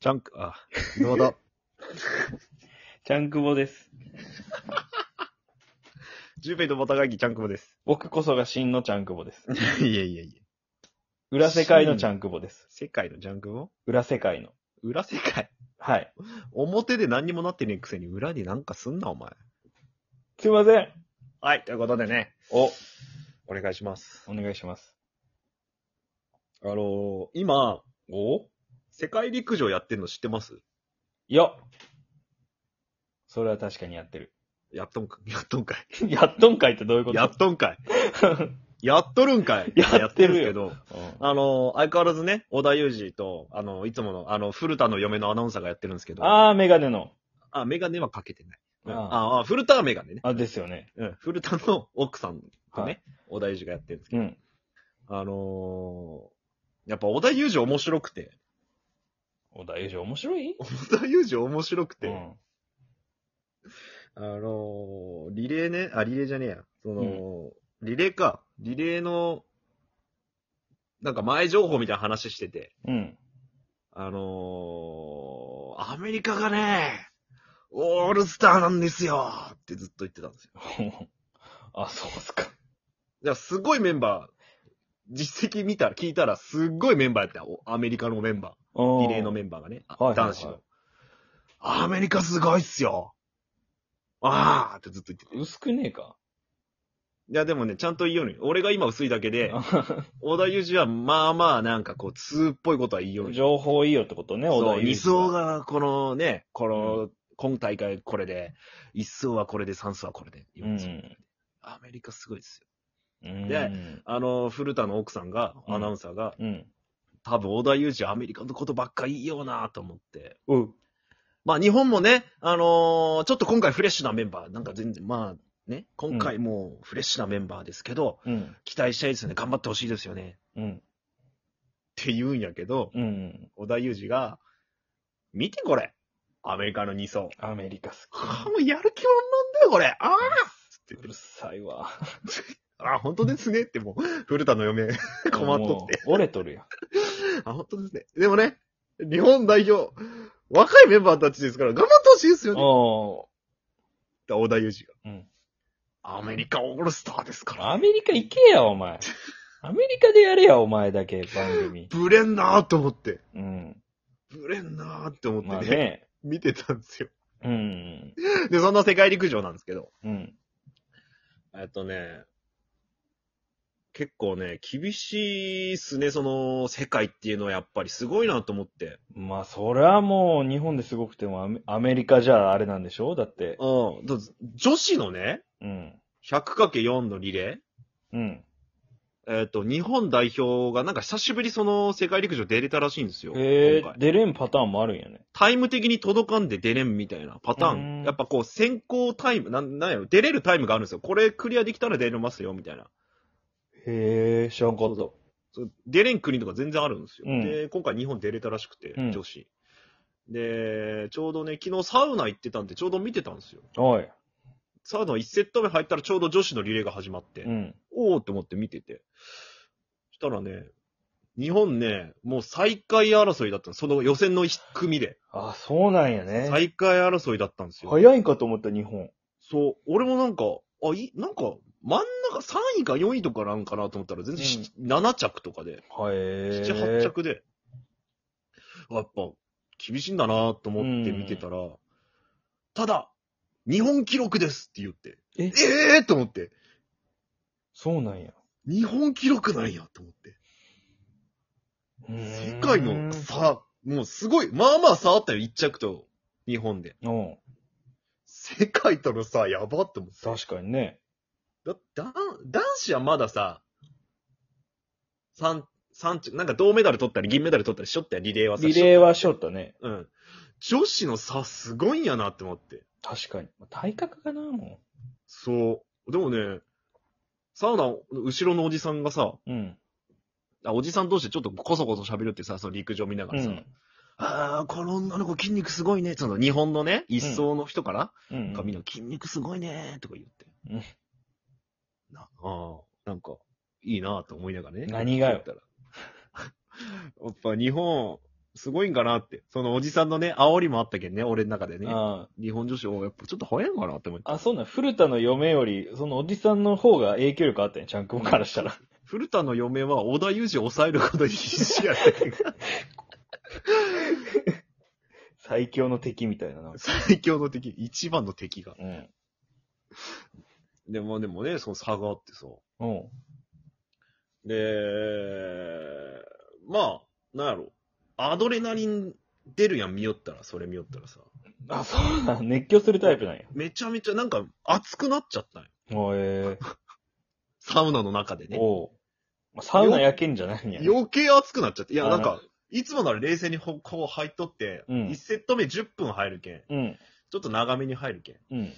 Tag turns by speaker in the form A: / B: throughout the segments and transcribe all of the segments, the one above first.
A: ジャンク、あ、どうだ。
B: ちゃんくぼです。
A: ジュペイとボタガイキ、ジャンクボです。
B: 僕こそが真のちゃんくぼです。
A: いやいやいや。
B: 裏世界のちゃんくぼです。
A: 世界のジャンクボ
B: 裏世界の。
A: 裏世界。
B: はい。
A: 表で何にもなってねえくせに裏になんかすんな、お前。
B: すいません。
A: はい、ということでね、
B: お、
A: お願いします。
B: お願いします。
A: あのー、今、
B: お
A: 世界陸上やってんの知ってます
B: よっそれは確かにやってる。
A: やっとんか、やっとんかい。
B: やっとんかいってどういうこと
A: やっとん かい。やっとるんかい。
B: やってるよ
A: やけど、
B: うん
A: あのー、相変わらずね、小田裕二と、あのー、いつもの、あの、古田の嫁のアナウンサーがやってるんですけど、
B: あー、メガネの。
A: あ、メガネはかけてない。うん
B: あ
A: ああ、古田はメガネね。
B: あ、ですよね。
A: うん、古田の奥さんと
B: は
A: ね
B: い、
A: 小田裕二がやってるんですけ
B: うん。
A: ど、あのー、やっぱ小田裕二面白くて、
B: お大丈夫面白い
A: 小田裕二面白くて、
B: うん。
A: あのー、リレーね、あ、リレーじゃねえや、その、リレーか、リレーの、なんか前情報みたいな話してて、
B: うん。
A: あのー、アメリカがね、オールスターなんですよってずっと言ってたんですよ。
B: あ、そうっすか。
A: いや、すごいメンバー、実績見たら、聞いたら、すっごいメンバーやったよ。おアメリカのメンバー。
B: リ
A: リレーのメンバーがね。あ
B: はいはいはい
A: 男子の。アメリカすごいっすよ。あーってずっと言ってて。
B: 薄くねえか。
A: いや、でもね、ちゃんと言うように。俺が今薄いだけで、小田裕二はまあまあなんかこう、通っぽいことは言いように。
B: 情報いいよってことね、小田
A: そう、2
B: 裕二は
A: 層がこのね、この、今大会これで、1層はこれで、3層はこれで。
B: う
A: 四層
B: ん。
A: アメリカすごいっすよ。
B: うん。
A: であの、古田の奥さんが、
B: うん
A: アナウンサーが、
B: うん。
A: 多分、小田裕二アメリカのことばっかいいよなと思って。
B: うん。
A: まあ、日本もね、あのーちょっと今回フレッシュなメンバー、なんか全然、まあ、ね、今回もうフレッシュなメンバーですけど、
B: うん。
A: 期待したいですよね、頑張ってほしいですよね。
B: うん。
A: って言うんやけど、
B: うん。
A: 小田裕二が、見てこれアメリカの2層。
B: アメリカ好き。
A: ああ、もうやる気満々だよ、これあ
B: うるさいわ。
A: ああ、本当ですねってもう、古田の嫁、 困っとって。
B: て。折れとるやん。
A: あ、本当ですね。でもね、日本代表、若いメンバーたちですから、頑張ってほしいですよね。
B: お
A: って小田裕二が。
B: うん
A: アメリカオールスターですか
B: ア
A: ら。
B: メリカ行けや、お前。アメリカでやれや、お前だけ、番組。
A: ぶれんなーと思って。
B: うん。
A: ぶれんなーって思ってね、
B: まあね。
A: 見てたんですよ。
B: うん。
A: で、そんな世界陸上なんですけど。
B: うん。
A: えっとね、結構ね、厳しいっすね、その、世界っていうのはやっぱりすごいなと思って。
B: まあ、それはもう、日本ですごくてもアメ、アメリカじゃあれなんでしょだって。
A: うん。だ女子のね、
B: うん。
A: 100×4 のリレー
B: うん。
A: えっ、と、日本代表がなんか久しぶりその世界陸上出れたらしいんですよ。
B: へえ
A: 今、回
B: 出れんパターンもあるんやね。
A: タイム的に届かんで出れんみたいなパター
B: う
A: ン。
B: ん
A: やっぱこう先行タイム、なん、なんやろ、出れるタイムがあるんですよ。これクリアできたら出れますよ、みたいな。
B: へえ、知らんかった。
A: そう出れん国とか全然あるんですよ。
B: うん
A: で、今回日本出れたらしくて、
B: うん
A: 女子。で、ちょうどね、昨日サウナ行ってたんで、ちょうど見てたんですよ。
B: おい。
A: サウナ1セット目入ったらちょうど女子のリレーが始まって、
B: うん。
A: おーって思って見てて。したらね、日本ね、もう最下位争いだったの。その予選の一組で。
B: あ、そうなんやね。
A: 最下位争いだったんですよ。
B: 早いんかと思った、日本。
A: そう、俺もなんか、あ、い、なんか、真ん中、3位か4位とかなんかなと思ったら、全然し、7着とかで、
B: はえ。
A: 7、8着で、あやっぱ、厳しいんだなと思って見てたら、ただ、日本記録ですって言って、
B: え
A: ええー、と思って、
B: そうなんや。
A: 日本記録なんやと思って、世界の差、もうすごい、まあまあ差あったよ、1着と、日本で。
B: うん。
A: 世界との差、やばって思って。
B: 確かにね。
A: だ、だ、男子はまださ、三、三着、なんか銅メダル取ったり銀メダル取ったりしょったよ、リレーはさ。
B: リレーは
A: し
B: しょったね。
A: ょっ。うん。女子の差すごいんやなって思って。
B: 確かに。体格かな、も
A: そう。でもね、サウナ、後ろのおじさんがさ、
B: う。うん。
A: あおじさん同士でちょっとこそこそ喋るってさ、その陸上見なが
B: う
A: らさ、
B: ん。
A: ああ、この女の子筋肉すごいね。その日本のね、一層の人から、
B: うん
A: なんかみんな筋肉すごいねとか言って。
B: うん
A: なああ、なんか、いいなと思いながらね。
B: 何がよ
A: やっぱ日本、すごいんかなって。そのおじさんのね、煽りもあったけんね、俺の中でね。
B: あ
A: 日本女子、おやっぱちょっと早いんかなって思って。
B: あ、あそうなん、古田の嫁より、そのおじさんの方が影響力あったね、ちゃんくんからしたら。
A: 古田の嫁は織田裕二を抑えることに必死やって。
B: 最強の敵みたいな。なんか
A: 最強の敵、一番の敵が。
B: うん。
A: でも、でもね、その差があってさ。
B: うん。
A: で、まあ、なんやろ。アドレナリン出るやん、見よったら、それ見よったらさ。
B: あ、そうなん、熱狂するタイプなんや。
A: めちゃめちゃなんか熱くなっちゃったんよ。
B: おえ
A: サウナの中でね。
B: おうまあサウナ焼けんじゃないんや。
A: 余計熱くなっちゃって。いや、
B: あー
A: なんか、いつもなら冷静にこう入っとって、
B: うん
A: 1セット目10分入るけん。
B: うん。
A: ちょっと長めに入るけん。
B: うん。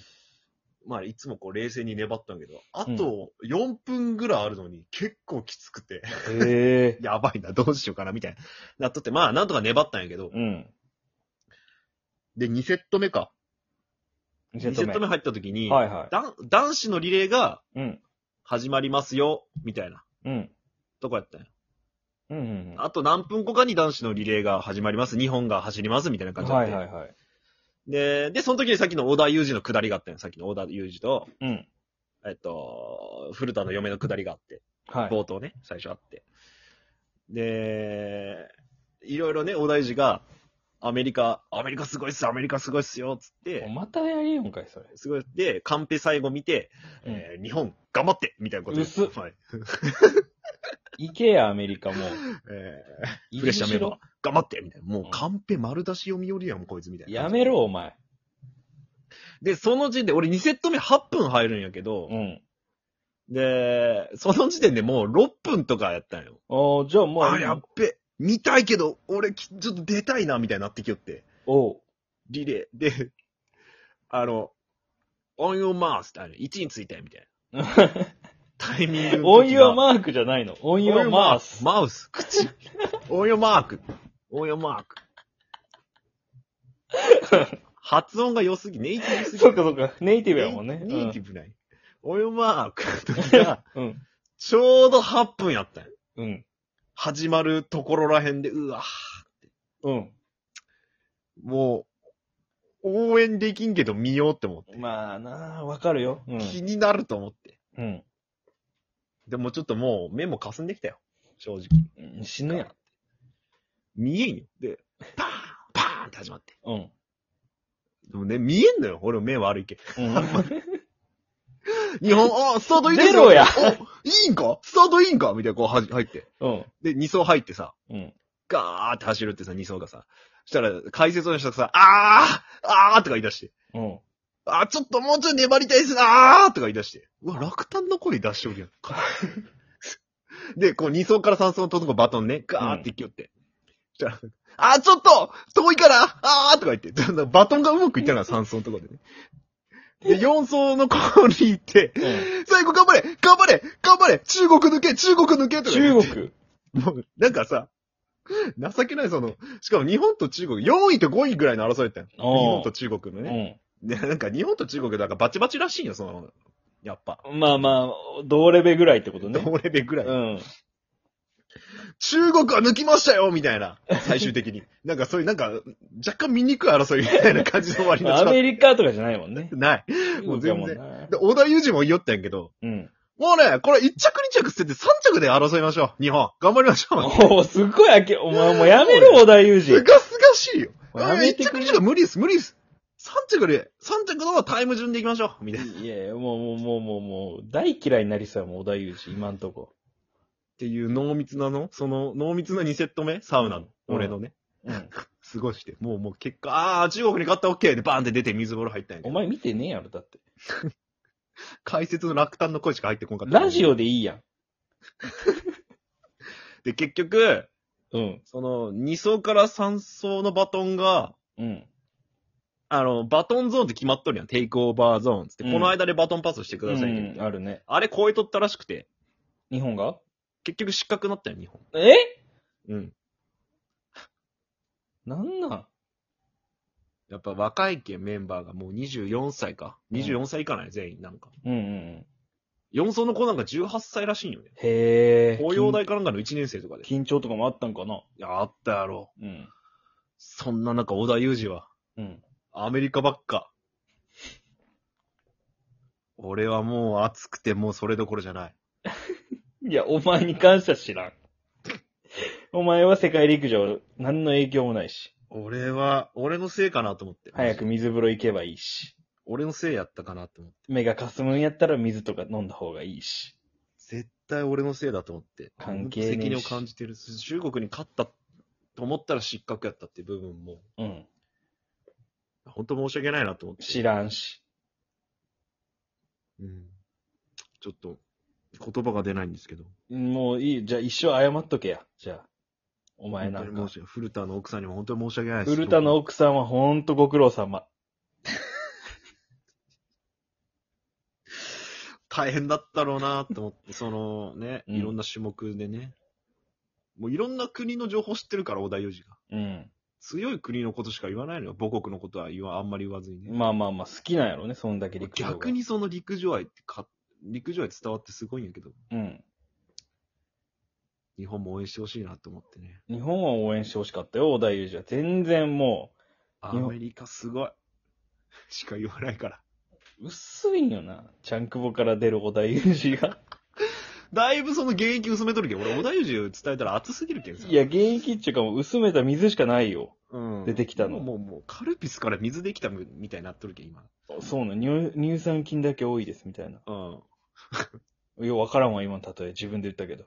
A: まあ、いつもこう冷静に粘ったんやけど、あと4分ぐらいあるのに結構きつくて、
B: え え
A: やばいな、どうしようかな、みたいな。なっとって、まあ、なんとか粘ったんやけど、
B: うん。
A: で、2セット目か。
B: 二
A: 2セット目入った時に、
B: はいは
A: だん男子のリレーが
B: い。うん。
A: 始まりますよ、みたいな
B: うん。
A: とこやったんよ
B: うんうん
A: あと何分後かに男子のリレーが始まります、日本が走ります、みたいな
B: うん。
A: 感じだっ
B: は
A: て。
B: いはいはい。
A: で、で、その時にさっきの小田裕二の下りがあったんよ。さっきの小田裕二と、
B: うん。
A: えっと、古田の嫁の下りがあって、
B: はい。
A: 冒頭ね、最初あって。で、いろいろね、小田裕二が、アメリカ、アメリカすごいっす、アメリカすごいっすよ、つって、
B: またやりよんかい、それ。
A: すごい。で、カンペ最後見て、
B: うん
A: えー日本、頑張ってみたいなこと言
B: 薄っ
A: はい。
B: 行けや、アメリカもう。
A: えー、
B: 行
A: プレッシャーメンバー
B: ろ。、
A: 頑張ってみたいな。もううんカンペ丸出し読み寄りやん、こいつみたいな。
B: やめろ、お前。
A: で、その時点で、俺2セット目8分入るんやけど、
B: うん。
A: で、その時点でもう6分とかやったんよ。
B: ああ、じゃあもう。
A: あ、やっべ。見たいけど、俺き、ちょっと出たいな、みたいになってきよって。
B: お う。
A: リレー。で、あの、on your mark ってあの、位置について、みたいな。タイミングの時が。
B: 音 用マークじゃないの。音用マース。
A: マウス。 口。on your mark。on your mark。発音が良すぎ、ネイティブすぎ。
B: そっかそっか。ネイティブやもんね。
A: ネイネイテ
B: ィ
A: ィブない。on your mark の時が、
B: ブ。うん。
A: ちょうど8分やったんよ
B: うん。
A: 始まるところらへんで、うわ、
B: うん。
A: もう、応援できんけど見ようって思って。
B: まあなあ、わかるよ。うん。
A: 気になると思って。
B: うん
A: でもちょっともう目も霞んできたよ。正直。
B: うん。死ぬやん。
A: 見えんよ。で、パーンパーンって始まって。
B: うん。
A: でもね、見えんのよ。俺目悪いけ
B: う
A: ん。
B: ん。
A: 日本、あー、スタートいいです
B: 出ろや
A: おいいんかスタートいいんかみたいな、こうはじ入って。
B: うん。
A: で、2走入ってさ、
B: うん。
A: ガーって走るってさ、2走がさ。したら、解説の人がさ、あーあーとか言い出して。
B: うん。
A: あ、ちょっともうちょい粘りたいですなーとか言い出して。うわ、落胆の声出しておるやん。 で、こう2層から3層のとこバトンね、ガーって行きよって。じゃあ、あ、ちょっと遠いからあーとか言って。ちょっとバトンがうまくいったのが3層のとこでね。で、4層の子に行って、最後頑張れ頑張れ頑張れ中国抜け中国抜けとか言って
B: 中国。
A: もう、なんかさ、情けないその、しかも日本と中国、4位と5位ぐらいの争いや ったん。日
B: おー
A: 本と中国のね。ね、なんか日本と中国なんかバチバチらしいよ、その、やっぱ。
B: うん。まあまあ、同レベぐらいってことね。
A: 同レベルぐらい。
B: うん。
A: 中国は抜きましたよみた いな、最終的に。なんかそういう、なんか、若干醜い争いみたいな感じの終わりになっ
B: ア
A: ちゃ
B: メリカとかじゃないもんね
A: う。。ない。も
B: も
A: う
B: う
A: 全然
B: 全然。
A: で、小田裕二も言いよったんやけど、
B: うん。
A: もうね、これ1着2着捨てて3着で争いましょう。日本。頑張りましょう。
B: おお、 すっごいあけ、お前もうやめろ、小田裕
A: す
B: 二。
A: がすがしいよ。
B: もうやめ
A: 1
B: て
A: 着
B: く
A: 2
B: れ
A: 着無理です、無理です。3着で、3着のタイム順でいきましょう。みたいな。っ
B: いやいや、もう、もう、もう、もう、もう、大嫌いになりそうやもん、小田裕二、今んとこ。
A: ていう濃密なのその濃密な2セット目サウナの。
B: うん
A: 俺のね。
B: うん。
A: 過ごして、もうもう結果、ああー、中国に勝った OK でバーンって出て水風呂入ったんやけ
B: お
A: ど。
B: 前見てねえやろ、だって。
A: 解説の落胆の声しか入ってこんかった。
B: ラジオでいいやん。
A: で、結局、
B: うん。
A: その、2層から3層のバトンが、
B: うん。
A: あの、バトンゾーンって決まっとるやん。テイクオーバーゾーンっつって、
B: うん
A: この間でバトンパスしてくださいね、
B: うんあるね。
A: あれ超えとったらしくて、
B: 日本が
A: 結局失格になったよ、日本。
B: え
A: うん。
B: なんなん
A: やっぱ若いけんメンバーがもう24歳か。24歳いかない、全員なんか。
B: うんうんうん。
A: 4層の子なんか18歳らしいんよね。
B: へえ。
A: 東洋大かなんかの1年生とかで。い
B: 緊緊張とかもあったんかな
A: や、あったやろ。
B: うん。
A: そんな中、小田裕二は、
B: うん。
A: アメリカばっか。俺はもう熱くてもうそれどころじゃない。
B: いや、お前に感謝知らん。 お前は世界陸上、何の影響もないし。
A: 俺は、俺のせいかなと思って。
B: 早く。水風呂行けばいいし。
A: 俺のせいやったかなと思って。
B: 目がかすむんやったら水とか飲んだ方がいいし。
A: 絶対俺のせいだと思って。
B: 関係ねえし
A: 責任を感じてる。中国に勝ったと思ったら失格やったっていう部分も、
B: うん。
A: 本当申し訳ないなと思って。
B: 知らんし。
A: うん。ちょっと、言葉が出ないんですけど。
B: もういい。じゃあ一生謝っとけや。じゃあ。お前なん
A: 本当に
B: か
A: 申。し訳古田の奥さんにも本当に申し訳ないです。
B: 古田の奥さんはほんとご苦労様。
A: 大変だったろうなと思って、そのね、
B: うん
A: いろんな種目でね、もういろんな国の情報知ってるから、小田裕二が。
B: うん。
A: 強い国のことしか言わないのよ。母国のことは言わあんまり言わずにね。
B: まあまあまあ、好きなんやろね、そんだけ陸上が。
A: 逆。にその陸上愛ってか、陸上愛伝わってすごいんやけど、
B: うん。
A: 日本も応援してほしいなと思ってね。
B: 日本は応援してほしかったよ、小田裕二は。全然も
A: ア
B: 本
A: メリカすごい。しか言わないから。
B: う、薄いんよな。チャンクボから出る小田裕二が。
A: だいぶその現役薄めとるけん。俺、小田裕二伝えたら熱すぎるけんさ。
B: いや、現役っていうかもう薄めた水しかないよ。
A: うん、
B: 出てきた
A: も
B: の
A: うもう、もうカルピスから水できたみたいになっとるけん、今。
B: そうな、乳乳酸菌だけ多いです、みたいな。
A: うん。
B: ようわからんわ、今の例え。自分で言ったけど。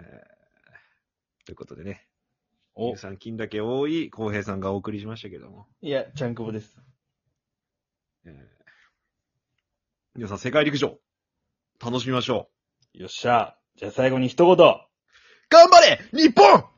A: えーということでね。
B: お
A: 乳、酸菌だけ多い浩平さんがお送りしましたけども。
B: いや、チャンクボです。
A: えー皆さん、世界陸上、楽しみましょ
B: よっしゃ。じゃあ最後に一言。
A: う。頑張れ日本